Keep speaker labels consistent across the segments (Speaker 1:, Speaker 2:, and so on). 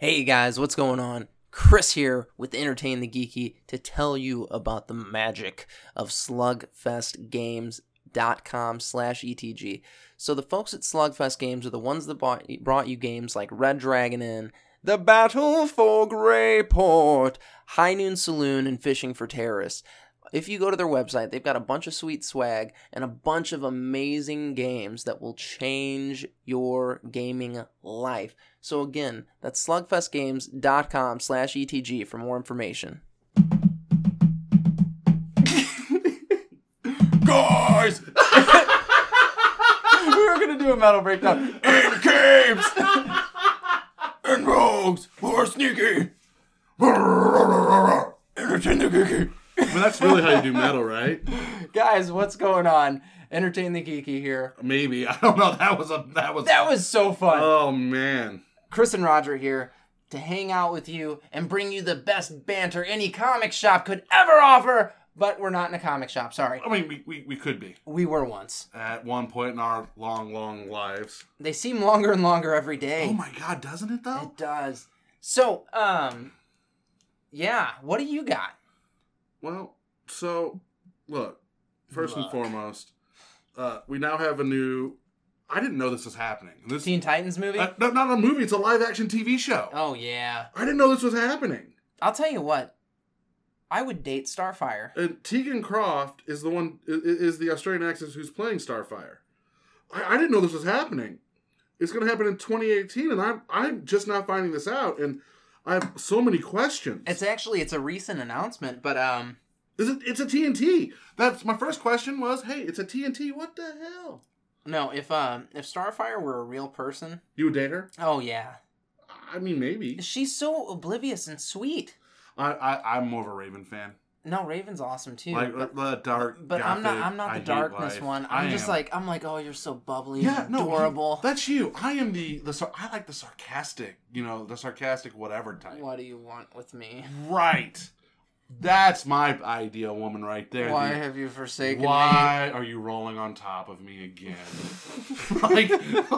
Speaker 1: Hey guys, what's going on? Chris here with Entertain the Geeky to tell you about the magic of slugfestgames.com slash ETG. So the folks at Slugfest Games are the ones that bought, brought you games like Red Dragon Inn, The Battle for Greyport, High Noon Saloon, and Fishing for Terrorists. If you go to their website, they've got a bunch of sweet swag and a bunch of amazing games that will change your gaming life. So again, that's slugfestgames.com slash ETG for more information.
Speaker 2: Guys!
Speaker 1: We were gonna do a metal breakdown.
Speaker 2: in caves! and rogues who are sneaky! Entertain the geeky!
Speaker 3: But that's really how you do metal, right?
Speaker 1: Guys, what's going on? Entertain the geeky here.
Speaker 3: Maybe I don't know. That was a that was.
Speaker 1: That was so fun.
Speaker 3: oh man,
Speaker 1: Chris and Roger here to hang out with you and bring you the best banter any comic shop could ever offer. But we're not in a comic shop, sorry.
Speaker 3: I mean, we, we, we could be
Speaker 1: We were once.
Speaker 3: at one point in our long, long lives.
Speaker 1: They seem longer and longer every day.
Speaker 3: Oh my god, doesn't it though?
Speaker 1: It does. So, um, yeah, what do you got?
Speaker 3: Well, so look, first
Speaker 1: Look.
Speaker 3: and foremost, uh, we now have a new. I didn't know this was happening. This
Speaker 1: Teen Titans movie?
Speaker 3: uh, no, not a movie. It's a live action TV show.
Speaker 1: oh, yeah.
Speaker 3: I didn't know this was happening.
Speaker 1: I'll tell you what. I would date Starfire.
Speaker 3: And Uh, Tegan Croft is the one i- i- is the Australian actress who's playing Starfire. I, I didn't know this was happening. It's going to happen in 2018, and I'm I'm just now finding this out, and I have so many questions.
Speaker 1: It's actually, it's a recent announcement, but, um,
Speaker 3: is it, it's a TNT. That's my first question was, hey, it's a TNT. What the hell?
Speaker 1: no, if, um, if Starfire were a real person,
Speaker 3: You would date her?
Speaker 1: oh, yeah.
Speaker 3: I mean, maybe.
Speaker 1: She's so oblivious and sweet.
Speaker 3: I, I I'm more of a Raven fan.
Speaker 1: No, Raven's awesome too.
Speaker 3: Like
Speaker 1: but
Speaker 3: the dark.
Speaker 1: but I'm not.
Speaker 3: gothic,
Speaker 1: I'm not
Speaker 3: I
Speaker 1: the
Speaker 3: hate
Speaker 1: darkness
Speaker 3: life.
Speaker 1: one.
Speaker 3: I
Speaker 1: I'm just
Speaker 3: am.
Speaker 1: like I'm like. Oh, you're so bubbly.
Speaker 3: yeah,
Speaker 1: and
Speaker 3: no,
Speaker 1: Mm-hmm. adorable.
Speaker 3: he- that's you. I am the the. sar- I like the sarcastic. You know, the sarcastic whatever type.
Speaker 1: what do you want with me?
Speaker 3: Right. That's my ideal woman right there.
Speaker 1: Why
Speaker 3: The-
Speaker 1: have you forsaken me?
Speaker 3: why are you rolling on top of me again? like,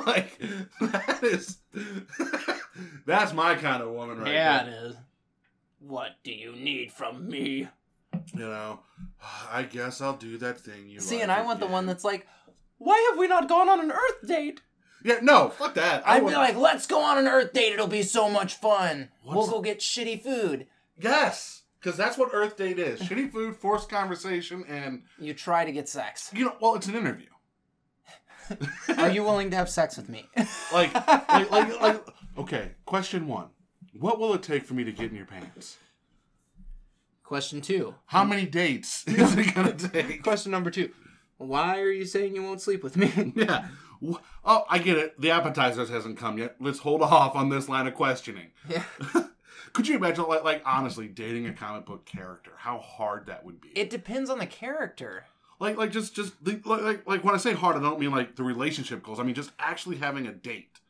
Speaker 3: like that is that's my kind of woman right
Speaker 1: yeah,
Speaker 3: there.
Speaker 1: it is. What do you need from me?
Speaker 3: You know, I guess I'll do that thing you
Speaker 1: See,
Speaker 3: like
Speaker 1: and I want the
Speaker 3: again."
Speaker 1: one that's like, why have we not gone on an Earth date?
Speaker 3: yeah. No, fuck that.
Speaker 1: I'd
Speaker 3: want-
Speaker 1: be like, let's go on an Earth date. It'll be so much fun. we'll
Speaker 3: What's-
Speaker 1: go get shitty food.
Speaker 3: yes, because that's what Earth Date is: shitty food, forced conversation, and
Speaker 1: You try to get sex.
Speaker 3: you know, well, it's an interview.
Speaker 1: Are you willing to have sex with me?
Speaker 3: like, like, like, like, okay. Question one: What will it take for me to get in your pants?
Speaker 1: Question two.
Speaker 3: How many dates is it gonna take?
Speaker 1: Question number two. Why are you saying you won't sleep with me?
Speaker 3: yeah. Wh- Oh, I get it. The appetizers hasn't come yet. Let's hold off on this line of questioning.
Speaker 1: Yeah.
Speaker 3: Could you imagine, like, like honestly, dating a comic book character? How hard that would be.
Speaker 1: It depends on the character.
Speaker 3: like, like just, just the, like, like, like when I say hard, I don't mean like the relationship goals. I mean just actually having a date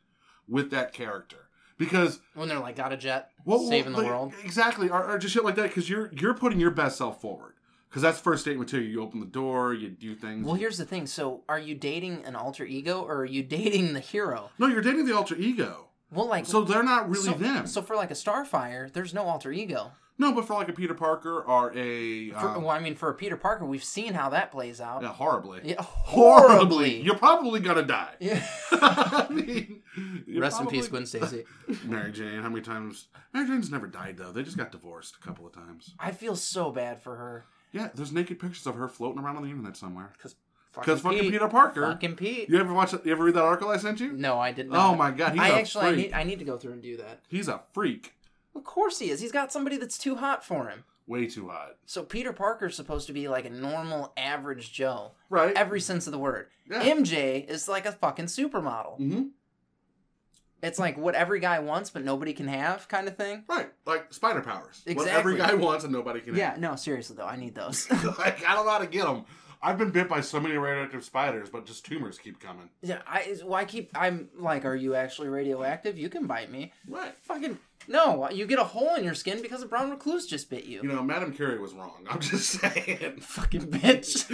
Speaker 3: with that character because
Speaker 1: When they're like, got a jet,
Speaker 3: Well,
Speaker 1: saving
Speaker 3: well,
Speaker 1: the
Speaker 3: like,
Speaker 1: world.
Speaker 3: exactly or, or just shit like that because you're you're putting your best self forward because that's first date material you open the door you do things
Speaker 1: Well, here's the thing. So, are you dating an alter ego or are you dating the hero?
Speaker 3: no you're dating the alter ego
Speaker 1: Well, like,
Speaker 3: so they're not really
Speaker 1: so,
Speaker 3: them
Speaker 1: So, for like a Starfire, there's no alter ego.
Speaker 3: no but for like a peter parker or a
Speaker 1: For,
Speaker 3: uh,
Speaker 1: well, I mean, for a Peter Parker, we've seen how that plays out.
Speaker 3: yeah, horribly
Speaker 1: Yeah, horribly.
Speaker 3: you're probably gonna die
Speaker 1: Yeah.
Speaker 3: I mean, you're
Speaker 1: Rest in peace,
Speaker 3: probably-
Speaker 1: Gwen Stacy.
Speaker 3: Mary Jane. How many times? Mary Jane's never died though. They just got divorced a couple of times.
Speaker 1: I feel so bad for her.
Speaker 3: Yeah, there's naked pictures of her floating around on the internet somewhere.
Speaker 1: Fucking
Speaker 3: Because fucking
Speaker 1: Pete.
Speaker 3: Peter Parker.
Speaker 1: Fucking Pete.
Speaker 3: You ever watch? You ever read that article I sent you?
Speaker 1: No, I did not.
Speaker 3: Oh my god, he's
Speaker 1: I
Speaker 3: a
Speaker 1: actually, I
Speaker 3: freak.
Speaker 1: need, I need to go through and do that.
Speaker 3: He's a freak.
Speaker 1: Of course he is. He's got somebody that's too hot for him.
Speaker 3: Way too hot.
Speaker 1: So Peter Parker's supposed to be like a normal, average Joe,
Speaker 3: Right.
Speaker 1: every sense of the word.
Speaker 3: Yeah.
Speaker 1: MJ is like a fucking supermodel.
Speaker 3: mm-hmm.
Speaker 1: It's like what every guy wants, but nobody can have, kind of thing.
Speaker 3: Right. Like spider powers. What
Speaker 1: Exactly.
Speaker 3: every guy wants and nobody can.
Speaker 1: Yeah, no, seriously though, I need those.
Speaker 3: Have. like I don't know how to get them. I've been bit by so many radioactive spiders, but just tumors keep coming.
Speaker 1: yeah, I. Why keep? I'm like, are you actually radioactive? You can bite me.
Speaker 3: Right.
Speaker 1: Fucking no! You get a hole in your skin because a brown recluse just bit you.
Speaker 3: You know, Madame Curie was wrong. I'm just saying.
Speaker 1: Fucking bitch.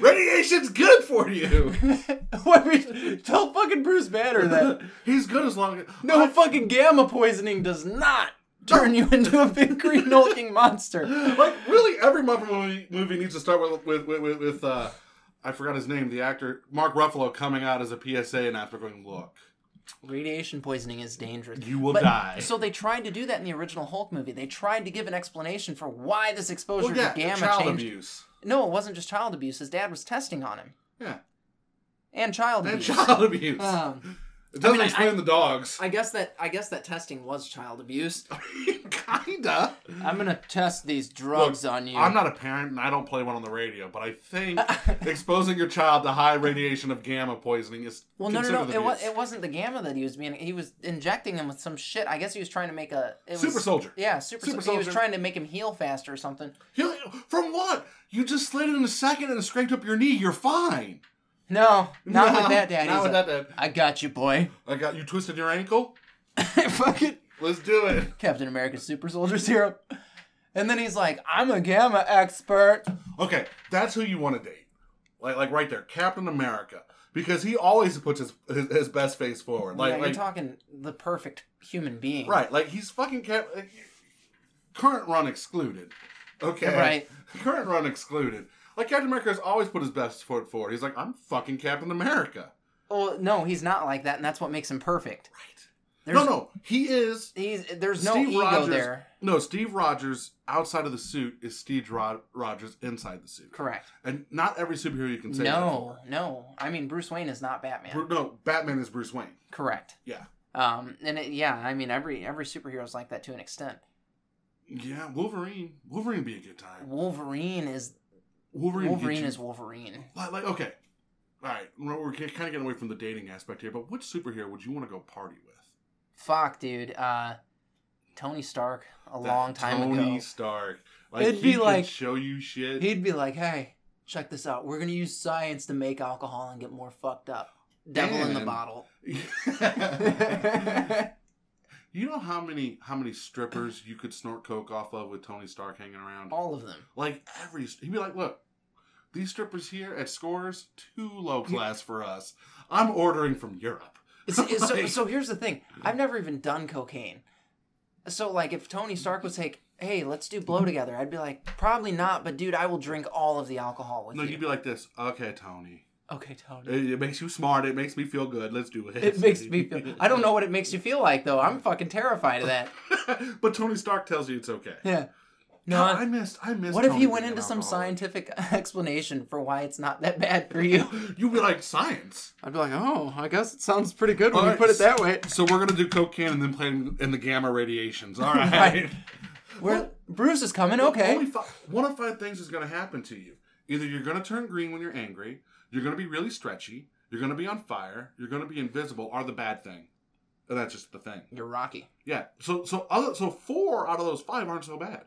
Speaker 2: Radiation's good for you.
Speaker 1: Why we- Tell fucking Bruce Banner that.
Speaker 3: He's good as long as
Speaker 1: No
Speaker 3: I-
Speaker 1: fucking gamma poisoning does not turn you into a big green hulking monster.
Speaker 3: like really every Muppet movie, movie needs to start with with with, with, with uh, I forgot his name, the actor Mark Ruffalo coming out as a PSA announcer going, "Look,
Speaker 1: Radiation poisoning is dangerous.
Speaker 3: you will
Speaker 1: But-
Speaker 3: die."
Speaker 1: So they tried to do that in the original Hulk movie. They tried to give an explanation for why this exposure
Speaker 3: well, yeah,
Speaker 1: to gamma
Speaker 3: child
Speaker 1: changed.
Speaker 3: abuse.
Speaker 1: No, it wasn't just child abuse. His dad was testing on him
Speaker 3: Yeah,
Speaker 1: and child
Speaker 3: and
Speaker 1: abuse.
Speaker 3: child abuse.
Speaker 1: Um,
Speaker 3: it doesn't
Speaker 1: I mean, I-
Speaker 3: explain the dogs.
Speaker 1: I guess that I guess that testing was child abuse.
Speaker 3: Kinda.
Speaker 1: I'm gonna test these drugs on you.
Speaker 3: I'm not a parent and I don't play one on the radio, but I think exposing your child to high radiation of gamma poisoning is
Speaker 1: Well, no, no, no.
Speaker 3: considered
Speaker 1: It, was,
Speaker 3: abuse.
Speaker 1: it wasn't the gamma that he was being. He was injecting him with some shit. I guess he was trying to make a it was,
Speaker 3: Super soldier.
Speaker 1: Yeah, super.
Speaker 3: Super
Speaker 1: so- He was
Speaker 3: soldier.
Speaker 1: trying to make him heal faster or something.
Speaker 3: You- From what? You just slid in a second and scraped up your knee. You're fine.
Speaker 1: No, not with
Speaker 3: No,
Speaker 1: that, Daddy.
Speaker 3: Not with that, Dad.
Speaker 1: I got you, boy.
Speaker 3: I got you twisted your ankle.
Speaker 1: Fucking
Speaker 3: Let's do it.
Speaker 1: Captain America Super Soldier Serum. And then he's like, "I'm a gamma expert."
Speaker 3: Okay, that's who you want to date. Like, like right there, Captain America, because he always puts his his, his best face forward. Like,
Speaker 1: yeah, you're
Speaker 3: like
Speaker 1: talking the perfect human being,
Speaker 3: right, like he's fucking cap. like, Current run excluded. Okay,
Speaker 1: Right.
Speaker 3: Current run excluded. Like Captain America has always put his best foot forward. He's like, I'm fucking Captain America.
Speaker 1: Well, no, he's not like that, and that's what makes him perfect. Right.
Speaker 3: no, no, he is.
Speaker 1: He's there's no
Speaker 3: Steve
Speaker 1: ego
Speaker 3: Rogers-
Speaker 1: there.
Speaker 3: No, Steve Rogers outside of the suit is Steve Rod- Rogers inside the suit.
Speaker 1: Correct.
Speaker 3: And not every superhero you can say that
Speaker 1: No, no. I mean, Bruce Wayne is not Batman.
Speaker 3: for. Bru- No, Batman is Bruce Wayne.
Speaker 1: Correct.
Speaker 3: Yeah.
Speaker 1: Um, and it, yeah, I mean, every every superhero's like that to an extent.
Speaker 3: Yeah, Wolverine. Wolverine would be a good time.
Speaker 1: Wolverine is
Speaker 3: Wolverine. would get
Speaker 1: Wolverine
Speaker 3: you-
Speaker 1: is Wolverine.
Speaker 3: like, like okay. All right, we're, we're kind of getting away from the dating aspect here, but which superhero would you want to go party with?
Speaker 1: Fuck, dude. Uh, Tony Stark a
Speaker 3: That
Speaker 1: long time
Speaker 3: Tony
Speaker 1: ago.
Speaker 3: Stark. Like
Speaker 1: It'd
Speaker 3: he
Speaker 1: be
Speaker 3: could
Speaker 1: like-
Speaker 3: show you shit.
Speaker 1: He'd be like, "Hey, check this out. We're gonna use science to make alcohol and get more fucked up. Devil in the
Speaker 3: And-
Speaker 1: bottle."
Speaker 3: you know how many how many strippers you could snort coke off of with Tony Stark hanging around?
Speaker 1: All of them.
Speaker 3: Like every, he'd be like, "Look, these strippers here at Scores too low class for us. I'm ordering from Europe."
Speaker 1: It's, it's- so,
Speaker 3: Like-
Speaker 1: so here's the thing. I've never even done cocaine. So like, if Tony Stark was like, "Hey, let's do blow together," I'd be like, "Probably not." But dude, I will drink all of the alcohol with
Speaker 3: No,
Speaker 1: you.
Speaker 3: you'd be like this. Okay, Tony.
Speaker 1: okay, Tony.
Speaker 3: It, it makes you smart. It makes me feel good. Let's do it.
Speaker 1: It makes me feel. I don't know what it makes you feel like though. I'm fucking terrified of that.
Speaker 3: but Tony Stark tells you it's okay.
Speaker 1: Yeah. No.
Speaker 3: No, I
Speaker 1: I-
Speaker 3: missed. I missed.
Speaker 1: What if
Speaker 3: Tony
Speaker 1: he went
Speaker 3: being an
Speaker 1: into some
Speaker 3: alcoholic.
Speaker 1: scientific explanation for why it's not that bad for you?
Speaker 3: You'd be like science.
Speaker 1: I'd be like, oh, I guess it sounds pretty good when
Speaker 3: All
Speaker 1: you
Speaker 3: right,
Speaker 1: put it that way.
Speaker 3: So we're gonna do cocaine and then play in in the gamma radiations. All right.
Speaker 1: Right. Where Bruce is coming,
Speaker 3: Only
Speaker 1: okay.
Speaker 3: fi- one of five things is going to happen to you. Either you're going to turn green when you're angry, you're going to be really stretchy, you're going to be on fire, you're going to be invisible, are the bad thing. And that's just the thing.
Speaker 1: You're Rocky.
Speaker 3: Yeah. So so other so four out of those five aren't so bad.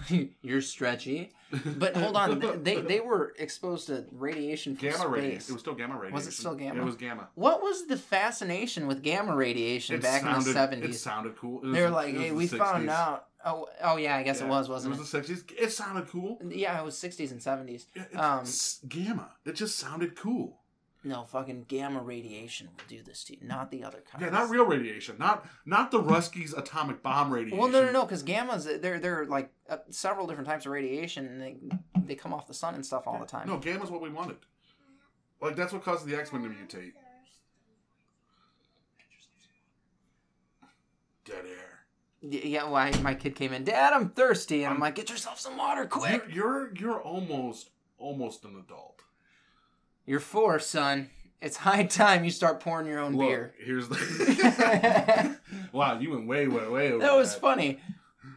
Speaker 1: You're stretchy. But hold on, th- they they were exposed to radiation from
Speaker 3: Gamma
Speaker 1: space.
Speaker 3: radiation. It was still gamma radiation.
Speaker 1: still
Speaker 3: Yeah,
Speaker 1: gamma?
Speaker 3: It was gamma.
Speaker 1: What was the fascination with gamma radiation
Speaker 3: It
Speaker 1: back
Speaker 3: sounded,
Speaker 1: in the
Speaker 3: It
Speaker 1: seventies?
Speaker 3: sounded cool. It was
Speaker 1: They were
Speaker 3: the-
Speaker 1: like,
Speaker 3: it was
Speaker 1: "Hey,
Speaker 3: the
Speaker 1: we
Speaker 3: 60s.
Speaker 1: found out." Oh, oh yeah, I guess
Speaker 3: Yeah.
Speaker 1: it was, wasn't
Speaker 3: it
Speaker 1: it?
Speaker 3: was the 60s. It sounded cool.
Speaker 1: yeah, it was sixties and seventies.
Speaker 3: Yeah, It,
Speaker 1: Um,
Speaker 3: s- gamma. It just sounded cool.
Speaker 1: No, fucking gamma radiation will do this to you, not the other kinds.
Speaker 3: Yeah, not real radiation. Not not the Ruskies atomic bomb radiation.
Speaker 1: Well, no, no, no, because gammas they're they're like uh, several different types of radiation, and they they come off the sun and stuff all the time.
Speaker 3: No, gamma's what we wanted. Like that's what caused the X Men to mutate. Dead air.
Speaker 1: Y- Yeah, well, I, my kid came in, Dad, I'm thirsty, and I'm like, get yourself some water, quick.
Speaker 3: You're, you're you're almost almost an adult.
Speaker 1: You're four, son. It's high time you start pouring your own
Speaker 3: Look,
Speaker 1: beer.
Speaker 3: here's the.
Speaker 1: that
Speaker 3: wow, you went way way way over.
Speaker 1: was funny.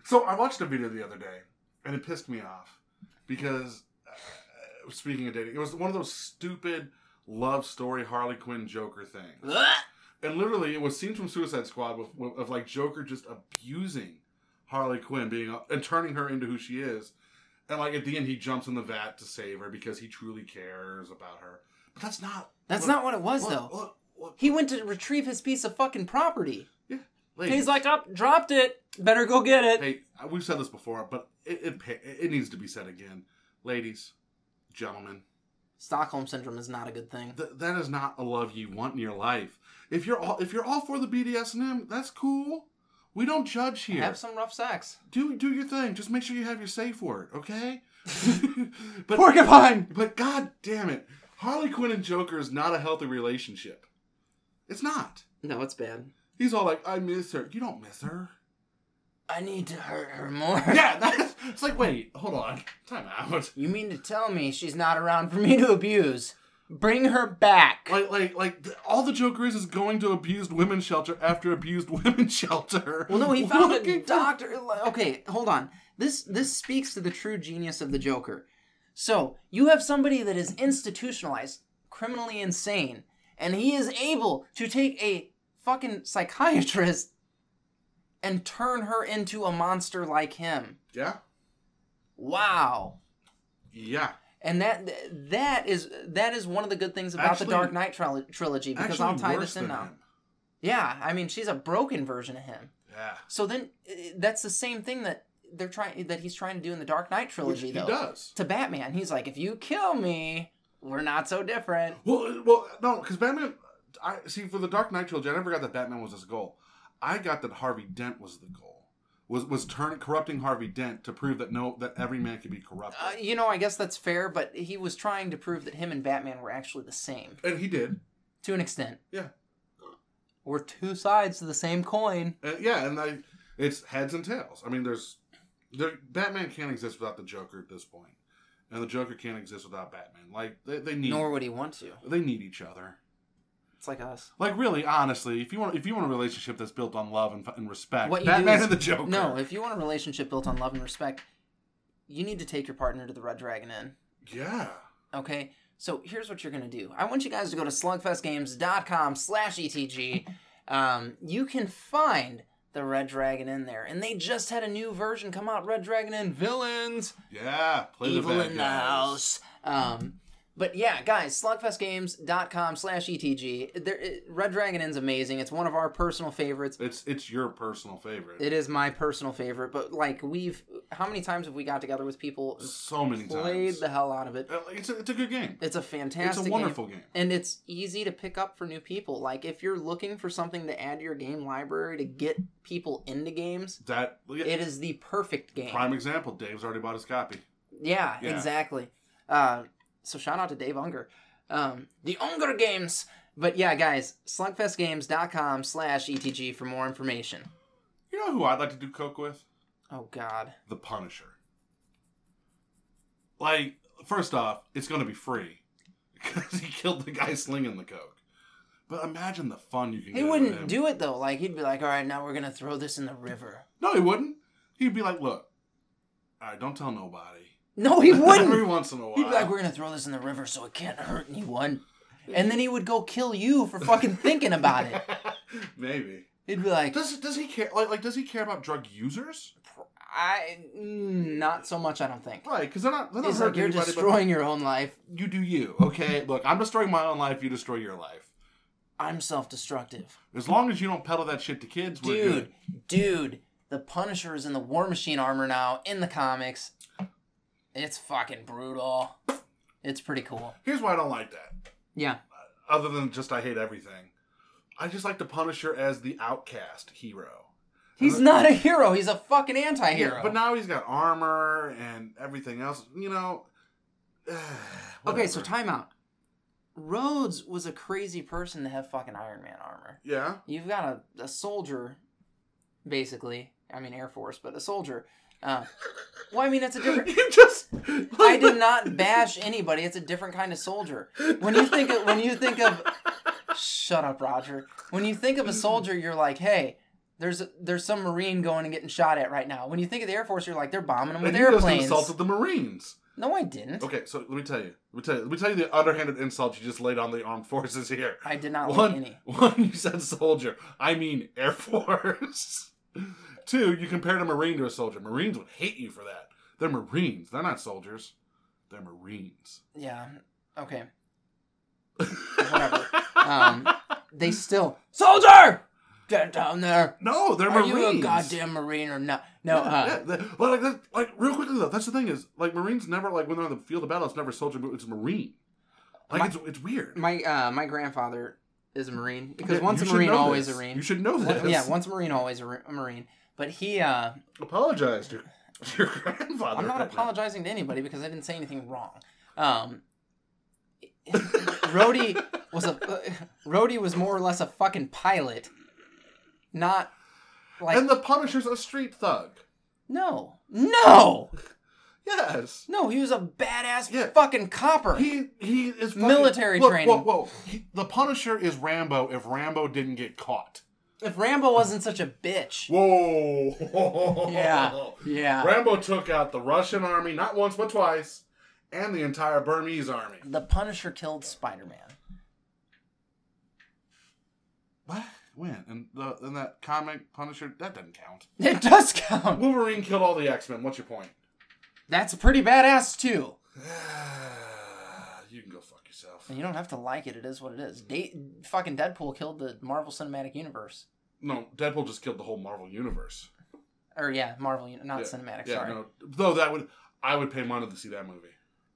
Speaker 3: So I watched a video the other day, and it pissed me off because uh, speaking of dating, it was one of those stupid love story Harley Quinn Joker things. and literally it was scenes from Suicide Squad with, with, of like Joker just abusing Harley Quinn, being a- and turning her into who she is, and like at the end he jumps in the vat to save her because he truly cares about her. But that's not.
Speaker 1: That's
Speaker 3: look,
Speaker 1: not what it was
Speaker 3: look,
Speaker 1: though.
Speaker 3: Look, look,
Speaker 1: He went to retrieve his piece of fucking property.
Speaker 3: ladies.
Speaker 1: He's like, up, dropped it. Better go get it.
Speaker 3: hey, we've said this before, but it it, pa- it needs to be said again, ladies, gentlemen.
Speaker 1: Stockholm syndrome is not a good thing.
Speaker 3: Th- that is not a love you want in your life. If you're all if you're all for the BDSM, that's cool. We don't judge here.
Speaker 1: Have some rough sex.
Speaker 3: do do your thing. Just make sure you have your safe word, okay? but
Speaker 1: Porcupine.
Speaker 3: but god damn it, Harley Quinn and Joker is not a healthy relationship. It's not.
Speaker 1: No, it's bad.
Speaker 3: He's all like, I miss her. You don't miss her.
Speaker 1: I need to hurt her more.
Speaker 3: yeah, that's it's like, wait, hold on. Time out.
Speaker 1: You mean to tell me she's not around for me to abuse? Bring her back.
Speaker 3: Like, like, like, th- all the Joker is is going to abused women's shelter after abused women's shelter.
Speaker 1: Well, no, he found a
Speaker 3: Looking for-
Speaker 1: doctor. Okay, hold on. This this speaks to the true genius of the Joker. So you have somebody that is institutionalized, criminally insane, and he is able to take a fucking psychiatrist and turn her into a monster like him.
Speaker 3: Yeah,
Speaker 1: Wow.
Speaker 3: yeah.
Speaker 1: And that that is that is one of the good things about
Speaker 3: Actually-
Speaker 1: the Dark Knight tril- trilogy because I'll tie
Speaker 3: worse
Speaker 1: this in
Speaker 3: than
Speaker 1: now.
Speaker 3: him.
Speaker 1: Yeah, I mean she's a broken version of him.
Speaker 3: Yeah,
Speaker 1: So then, uh, that's the same thing that they're trying that he's trying to do in the Dark Knight
Speaker 3: which
Speaker 1: trilogy,
Speaker 3: he
Speaker 1: though.
Speaker 3: does.
Speaker 1: To Batman, he's like, if you kill me, we're not so different.
Speaker 3: Well, uh, well, no, because Batman. I see for the Dark Knight trilogy, I never got that Batman was his goal. I got that Harvey Dent was the goal. Was was turn, corrupting Harvey Dent to prove that no, that every man can be corrupted,
Speaker 1: Uh, you know, I guess that's fair, but he was trying to prove that him and Batman were actually the same
Speaker 3: and he did.
Speaker 1: to an extent.
Speaker 3: Yeah.
Speaker 1: We're two sides to the same coin.
Speaker 3: Uh, yeah, and I, it's heads and tails. I mean, there's there, Batman can't exist without the Joker at this point, and the Joker can't exist without Batman. Like they, they need
Speaker 1: Nor would he want to.
Speaker 3: they need each other.
Speaker 1: It's like us.
Speaker 3: Like really, honestly, if you want if you want a relationship that's built on love and, f- and respect,
Speaker 1: What you do
Speaker 3: Batman
Speaker 1: is-
Speaker 3: and the Joker.
Speaker 1: No, if you want a relationship built on love and respect, you need to take your partner to the Red Dragon Inn.
Speaker 3: yeah,
Speaker 1: Okay, so here's what you're gonna do. I want you guys to go to slugfestgames.com slash ETG. Um, you can find the Red Dragon in there, and they just had a new version come out, Red Dragon in Villains.
Speaker 3: yeah, play
Speaker 1: Evil
Speaker 3: the bad
Speaker 1: in the
Speaker 3: guys.
Speaker 1: house. Um, but yeah, guys, slugfestgames.com slash ETG. There, it- Red Dragon Inn's amazing. It's one of our personal favorites.
Speaker 3: It's it's your personal favorite.
Speaker 1: It is my personal favorite, but like we've, how many times have we got together with people,
Speaker 3: so many
Speaker 1: played
Speaker 3: times.
Speaker 1: the hell out of it?
Speaker 3: Uh, it's a, it's a good game.
Speaker 1: It's a
Speaker 3: It's
Speaker 1: fantastic.
Speaker 3: a
Speaker 1: game.
Speaker 3: wonderful game.
Speaker 1: and it's easy to pick up for new people. Like if you're looking for something to add to your game library to get people into games,
Speaker 3: That yeah,
Speaker 1: it is the perfect game.
Speaker 3: prime example. Dave's already bought his copy.
Speaker 1: Yeah,
Speaker 3: Yeah.
Speaker 1: exactly. Uh, so shout out to Dave Unger, um, the Unger Games. But yeah, guys, slugfestgames.com slash etg for more information.
Speaker 3: You know who I'd like to do coke with?
Speaker 1: Oh God,
Speaker 3: the Punisher. Like, first off, it's going to be free because he killed the guy slinging the coke. But imagine the fun you can.
Speaker 1: he
Speaker 3: get with
Speaker 1: wouldn't
Speaker 3: him.
Speaker 1: do it though. Like he'd be like, all right, now we're gonna throw this in the river.
Speaker 3: No, he wouldn't. He'd be like, "Look, all right, don't tell nobody."
Speaker 1: No, he wouldn't.
Speaker 3: Every once in a while,
Speaker 1: He'd be like, we're gonna throw this in the river so it can't hurt anyone. And then he would go kill you for fucking thinking about it.
Speaker 3: Maybe.
Speaker 1: He'd be like,
Speaker 3: Does does he care? Like, like, does he care about drug users?
Speaker 1: I, mm, not so much, I don't think.
Speaker 3: Right? Because they're not. They're not
Speaker 1: He's like,
Speaker 3: hurting
Speaker 1: you're
Speaker 3: anybody, but-
Speaker 1: destroying your own life.
Speaker 3: you do you. Okay. Look, I'm destroying my own life. You destroy your life.
Speaker 1: I'm self destructive.
Speaker 3: As long as you don't peddle that shit to kids, we're
Speaker 1: Dude,
Speaker 3: good.
Speaker 1: dude, the Punisher is in the War Machine armor now in the comics. It's fucking brutal. It's pretty cool.
Speaker 3: Here's why I don't like that.
Speaker 1: Yeah.
Speaker 3: other than just I hate everything. I just like the Punisher as the outcast hero.
Speaker 1: He's not a hero, he's a fucking anti hero.
Speaker 3: But now he's got armor and everything else. You know.
Speaker 1: okay, so
Speaker 3: whatever.
Speaker 1: time out. Rhodes was a crazy person to have fucking Iron Man armor.
Speaker 3: yeah,
Speaker 1: you've got a, a soldier, basically. I mean, Air Force, but a soldier. Uh, well, I mean, it's a different.
Speaker 3: you just.
Speaker 1: I did not bash anybody. It's a different kind of soldier. When you think of when you think of, shut up, Roger. When you think of a soldier, you're like, hey, there's there's some Marine going and getting shot at right now. When you think of the Air Force, you're like, they're bombing them
Speaker 3: And
Speaker 1: with
Speaker 3: you just
Speaker 1: airplanes.
Speaker 3: insulted the Marines.
Speaker 1: No, I didn't.
Speaker 3: Okay, so let me tell you. Let me tell you. Let me tell you the underhanded insult you just laid on the armed forces here.
Speaker 1: I did not like
Speaker 3: One,
Speaker 1: any.
Speaker 3: one, you said soldier. I mean Air Force. Two, you compared a Marine to a soldier. Marines would hate you for that. They're Marines. They're not soldiers. They're Marines.
Speaker 1: Yeah. Okay. Whatever. Um, they still soldier. Get down there.
Speaker 3: No, they're
Speaker 1: Are
Speaker 3: Marines.
Speaker 1: you a goddamn marine or not? No, uh,
Speaker 3: Yeah, they- well, like, that, like real quickly though, that's the thing is like Marines never like when they're on the field of battle, it's never soldier, but it's Marine.
Speaker 4: Like
Speaker 1: My-
Speaker 4: it's, it's weird.
Speaker 1: My uh, my grandfather is a Marine because
Speaker 4: Yeah,
Speaker 1: once
Speaker 4: you
Speaker 1: a
Speaker 4: should
Speaker 1: Marine,
Speaker 4: know
Speaker 1: always
Speaker 4: this.
Speaker 1: a Marine.
Speaker 4: You should know
Speaker 1: One-
Speaker 4: this.
Speaker 1: yeah, once a Marine, always a, Ra- a Marine. But he, uh,
Speaker 4: Apologize to to your grandfather.
Speaker 1: I'm
Speaker 4: right
Speaker 1: not
Speaker 4: now.
Speaker 1: apologizing to anybody because I didn't say anything wrong. Um, Rhodey was a uh, Rhodey was more or less a fucking pilot, not like
Speaker 3: and the Punisher's a street thug.
Speaker 1: no, no,
Speaker 3: Yes.
Speaker 1: no. He was a badass
Speaker 3: Yeah.
Speaker 1: fucking copper.
Speaker 3: He he is fucking,
Speaker 1: Military
Speaker 3: look,
Speaker 1: training.
Speaker 3: Whoa, whoa! He- the Punisher is Rambo. If Rambo didn't get caught,
Speaker 1: if Rambo wasn't such a bitch,
Speaker 3: whoa!
Speaker 1: yeah, yeah.
Speaker 3: Rambo took out the Russian army not once but twice, and the entire Burmese army.
Speaker 1: the Punisher killed Spider Man.
Speaker 3: What? When? And the and that comic Punisher that doesn't count.
Speaker 1: It does count.
Speaker 3: Wolverine killed all the X Men. What's your point?
Speaker 1: That's pretty badass too.
Speaker 3: you can go fuck yourself.
Speaker 1: And you don't have to like it. It is what it is. Da- fucking Deadpool killed the Marvel Cinematic Universe.
Speaker 3: No, Deadpool just killed the whole Marvel universe.
Speaker 1: Or yeah, Marvel, uni- not
Speaker 3: Yeah.
Speaker 1: cinematic.
Speaker 3: Yeah,
Speaker 1: sorry.
Speaker 3: no. Though that would I would pay money to see that movie.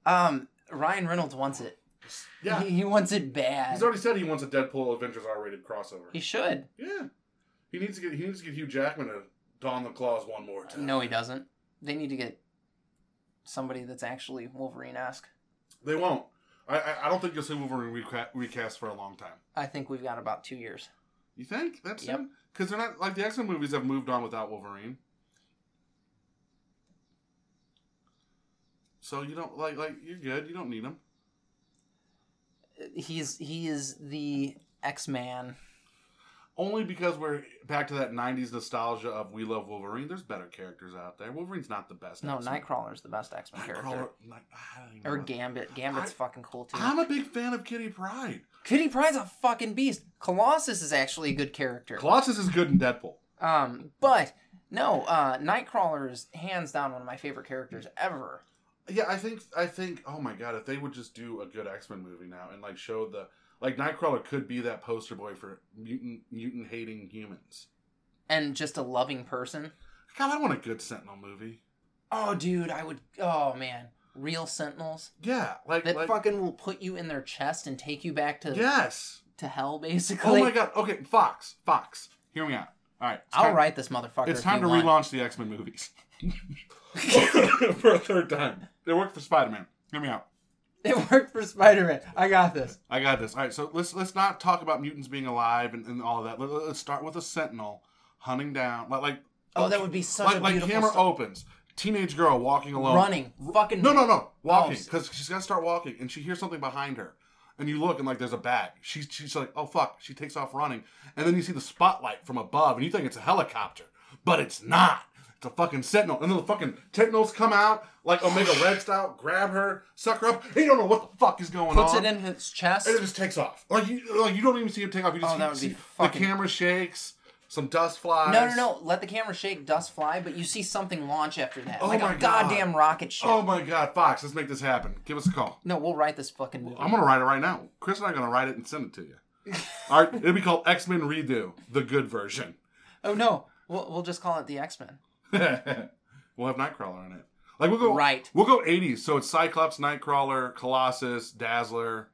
Speaker 1: Um, Ryan Reynolds wants it.
Speaker 3: Yeah.
Speaker 1: He, he wants it bad.
Speaker 3: He's already said he wants a Deadpool Avengers R rated crossover.
Speaker 1: he should.
Speaker 3: Yeah. He needs to get he needs to get Hugh Jackman to don the claws one more time.
Speaker 1: No, he doesn't. They need to get somebody that's actually Wolverine esque.
Speaker 3: They won't. I, I I don't think you'll see Wolverine reca- recast for a long time.
Speaker 1: I think we've got about two years.
Speaker 3: You think? That's
Speaker 1: Yep.
Speaker 3: soon? Because they're not like the X Men movies have moved on without Wolverine. So you don't like like you're good. You don't need him.
Speaker 1: He's he is the X Man.
Speaker 3: Only because we're back to that '90s nostalgia of we love Wolverine. There's better characters out there. Wolverine's not the best.
Speaker 1: No,
Speaker 3: X-Men.
Speaker 1: Nightcrawler's the best X Man character.
Speaker 3: Nightcrawler. Night, I don't even
Speaker 1: Or
Speaker 3: know.
Speaker 1: Gambit. Gambit's
Speaker 3: I-
Speaker 1: fucking cool too.
Speaker 3: I'm a big fan of Kitty Pride.
Speaker 1: Kitty Pryde's a fucking beast. Colossus is actually a good character.
Speaker 3: Colossus is good in Deadpool.
Speaker 1: Um, but no, uh, Nightcrawler is hands down one of my favorite characters ever.
Speaker 3: Yeah, I think I think oh my god, if they would just do a good X Men movie now and like show the like Nightcrawler could be that poster boy for mutant mutant hating humans.
Speaker 1: And just a loving person.
Speaker 3: God, I want a good Sentinel movie.
Speaker 1: Oh, dude, I would. Oh man, real Sentinels
Speaker 3: Yeah, like
Speaker 1: that
Speaker 3: like
Speaker 1: fucking will put you in their chest and take you back to
Speaker 3: yes.
Speaker 1: to hell,
Speaker 3: Oh
Speaker 1: basically.
Speaker 3: my god. Okay, Fox, Fox, hear me out. All right, it's
Speaker 1: I'll
Speaker 3: time-
Speaker 1: write this motherfucker.
Speaker 3: It's
Speaker 1: if
Speaker 3: time
Speaker 1: you
Speaker 3: to
Speaker 1: want.
Speaker 3: relaunch the X Men movies for a third time. They worked for Spider Man. Hear me out.
Speaker 1: It worked for Spider Man. I got this.
Speaker 3: I got this. All right, so let's let's not talk about mutants being alive and, and all of that. Let, us start with a sentinel hunting down, like like
Speaker 1: Oh, that would be such
Speaker 3: like,
Speaker 1: a
Speaker 3: like
Speaker 1: beautiful
Speaker 3: camera
Speaker 1: sto-
Speaker 3: opens, teenage girl walking alone,
Speaker 1: running, fucking
Speaker 3: Oh. No, no, no, walking
Speaker 1: Oh,
Speaker 3: because she's got to start walking, and she hears something behind her, and you look and like there's a bag. She's she's like, oh fuck, she takes off running, and then you see the spotlight from above, and you think it's a helicopter, but it's not. It's a fucking sentinel, and then the fucking sentinels come out like Omega Red style, grab her, suck her up. And you don't know what the fuck is going
Speaker 1: puts
Speaker 3: on
Speaker 1: it in his chest.
Speaker 3: and it just takes off. Like you, like you don't even see him take off. You just
Speaker 1: Oh, that would
Speaker 3: see
Speaker 1: be
Speaker 3: the
Speaker 1: fucking-
Speaker 3: camera shakes, some dust flies.
Speaker 1: No, no, no. Let the camera shake, dust fly, but you see something launch after that,
Speaker 3: Oh
Speaker 1: like
Speaker 3: my
Speaker 1: a
Speaker 3: God.
Speaker 1: goddamn rocket ship.
Speaker 3: Oh my God, Fox, let's make this happen. Give us a call.
Speaker 1: No, we'll write this fucking movie.
Speaker 3: I'm gonna write it right now. Chris and I are gonna write it and send it to you. All right, it'll be called X Men Redo, the good version.
Speaker 1: Oh no, we'll, we'll just call it the X Men.
Speaker 3: we'll have Nightcrawler in it. Like we'll go
Speaker 1: Right.
Speaker 3: We'll go 80s. So it's Cyclops, Nightcrawler, Colossus, Dazzler,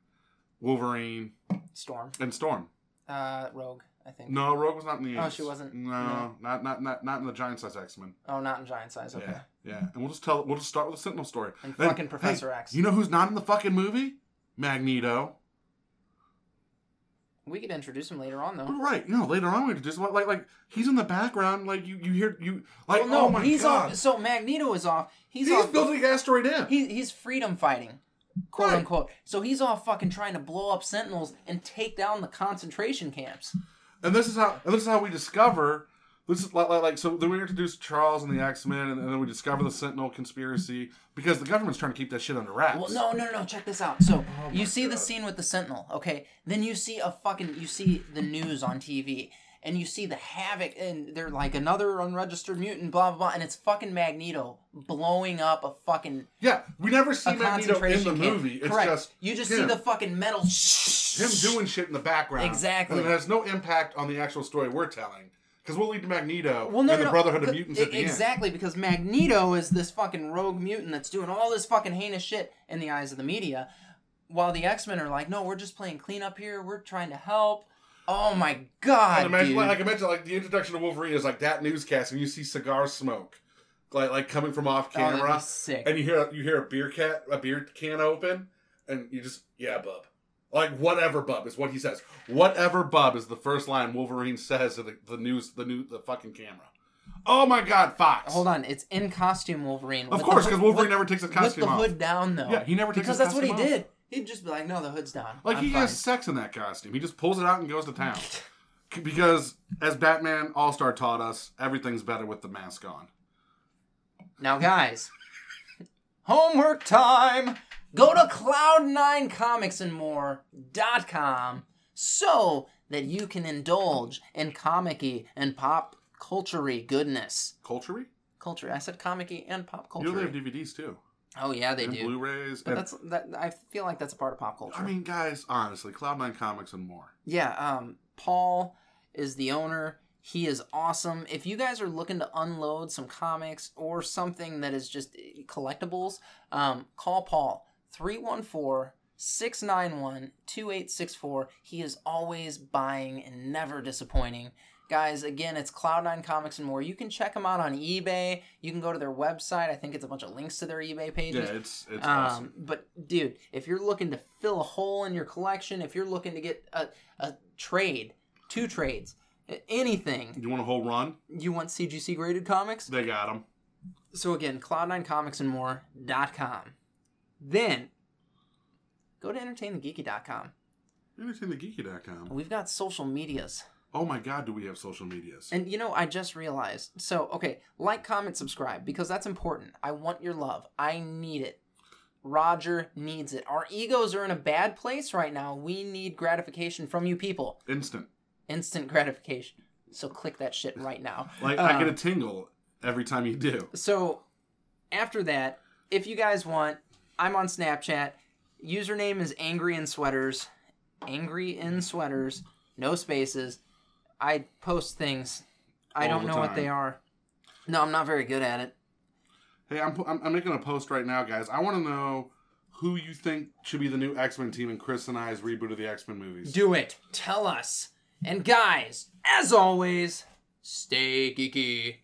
Speaker 3: Wolverine,
Speaker 1: Storm,
Speaker 3: and Storm.
Speaker 1: uh, Rogue, I think.
Speaker 3: No, Rogue was not in the.
Speaker 1: Oh,
Speaker 3: 80s.
Speaker 1: she wasn't?
Speaker 3: No,
Speaker 1: No.
Speaker 3: not not not not in the giant size X Men.
Speaker 1: Oh, not in giant size. Okay.
Speaker 3: Yeah, yeah. And we'll just tell. We'll just start with a Sentinel story.
Speaker 1: And
Speaker 3: Then-
Speaker 1: fucking Professor X.
Speaker 3: You know who's not in the fucking movie? Magneto.
Speaker 1: We could introduce him later on, though.
Speaker 3: Right. No. Later on, we just like like like he's in the background. Like you you hear you like
Speaker 1: Well, no,
Speaker 3: oh my
Speaker 1: he's
Speaker 3: god.
Speaker 1: off. So Magneto is off. He's,
Speaker 3: he's
Speaker 1: off.
Speaker 3: building asteroid in.
Speaker 1: he, he's freedom fighting, quote
Speaker 3: Right.
Speaker 1: unquote. So he's off fucking trying to blow up Sentinels and take down the concentration camps.
Speaker 3: and this is how and this is how we discover this is like, like, like so then we introduce Charles and the X Men and, and then we discover the Sentinel conspiracy because the government's trying to keep that shit under wraps.
Speaker 1: Well, no, no, no. no, Check this out. So
Speaker 3: Oh
Speaker 1: you see the scene with the Sentinel, okay? Then you see a fucking you see the news on TV, and you see the havoc, and they're like another unregistered mutant, blah blah blah, and it's fucking Magneto blowing up a fucking
Speaker 3: Yeah, we never see
Speaker 1: a
Speaker 3: Magneto in
Speaker 1: concentration
Speaker 3: the
Speaker 1: camp.
Speaker 3: movie. It's
Speaker 1: Correct.
Speaker 3: just
Speaker 1: you just see
Speaker 3: him.
Speaker 1: the fucking metal.
Speaker 3: him doing shit in the background.
Speaker 1: Exactly.
Speaker 3: And it has no impact on the actual story we're telling. Because we'll lead to Magneto
Speaker 1: Well, no, no,
Speaker 3: and the
Speaker 1: no,
Speaker 3: Brotherhood of
Speaker 1: but-
Speaker 3: Mutants
Speaker 1: e-
Speaker 3: at the end.
Speaker 1: exactly because Magneto is this fucking rogue mutant that's doing all this fucking heinous shit in the eyes of the media. while the X Men are like, no, we're just playing cleanup here. We're trying to help. Oh my god,
Speaker 3: And imagine,
Speaker 1: dude.
Speaker 3: like, I can imagine, like the introduction of Wolverine is like that newscast, and you see cigar smoke, like like coming from off
Speaker 1: Oh, that'd be
Speaker 3: camera,
Speaker 1: sick.
Speaker 3: and you hear you hear a beer cat a beer can open, and you just yeah, bub, like whatever bub is what he says. Whatever bub is the first line Wolverine says to the, the news the new the fucking camera. Oh my God, Fox!
Speaker 1: Hold on, it's in costume Wolverine.
Speaker 3: Of
Speaker 1: with
Speaker 3: course,
Speaker 1: the
Speaker 3: because
Speaker 1: hood-
Speaker 3: Wolverine
Speaker 1: with-
Speaker 3: never takes his
Speaker 1: with
Speaker 3: costume
Speaker 1: the
Speaker 3: off.
Speaker 1: hood down though.
Speaker 3: Yeah, he never takes
Speaker 1: because
Speaker 3: his
Speaker 1: that's what he
Speaker 3: costume
Speaker 1: did. He'd just be like, no, the hood's down.
Speaker 3: Like
Speaker 1: I'm
Speaker 3: he
Speaker 1: fine.
Speaker 3: has sex in that costume. He just pulls it out and goes to town. C- because as Batman All Star taught us, everything's better with the mask on.
Speaker 1: Now, guys, homework time. Go to cloud9comicsandmore.com so that you can indulge in comic-y and pop culture goodness.
Speaker 3: Culturally,
Speaker 1: Culture. I said comic-y and pop
Speaker 3: you know they
Speaker 1: culture.
Speaker 3: have DVDs too,
Speaker 1: Oh yeah, they
Speaker 3: and
Speaker 1: do.
Speaker 3: Blu-rays.
Speaker 1: But
Speaker 3: and-
Speaker 1: that's that. I feel like that's a part of pop culture.
Speaker 3: I mean, guys, honestly, Cloud Nine Comics and more.
Speaker 1: yeah. Um, Paul is the owner. He is awesome. If you guys are looking to unload some comics or something that is just eh, collectibles, um, call Paul 314 691 2864. He is always buying and never disappointing. Guys, again, it's Cloud9 Comics and more. You can check them out on eBay. You can go to their website. I think it's a bunch of links to their eBay
Speaker 3: Yeah,
Speaker 1: pages.
Speaker 3: it's it's
Speaker 1: um,
Speaker 3: awesome.
Speaker 1: But dude, if you're looking to fill a hole in your collection, if you're looking to get a, a trade, two trades, a- anything,
Speaker 3: You want a whole run?
Speaker 1: you want CGC graded comics?
Speaker 3: They got them.
Speaker 1: So again, cloud9comicsandmore.com. Then go to entertainthegeeky.com.
Speaker 3: EntertainTheGeeky.com.
Speaker 1: We've got social medias.
Speaker 3: Oh my God, do we have social medias?
Speaker 1: And you know, I just realized. So, okay, like, comment, subscribe because that's important. I want your love. I need it. Roger needs it. Our egos are in a bad place right now. We need gratification from you people.
Speaker 3: Instant.
Speaker 1: Instant gratification. So click that shit right now.
Speaker 3: Like I get a
Speaker 1: Um,
Speaker 3: tingle every time you do.
Speaker 1: So, after that, if you guys want, I'm on Snapchat. Username is angry in sweaters. Angry in sweaters. No spaces. I post things. I
Speaker 3: All
Speaker 1: don't
Speaker 3: the
Speaker 1: know what they
Speaker 3: time.
Speaker 1: are. No, I'm not very good at it.
Speaker 3: Hey, I'm, I'm, I'm making a post right now, guys. I want to know who you think should be the new X Men team in Chris and I's reboot of the X Men movies.
Speaker 1: Do it. Tell us. And guys, as always, stay geeky.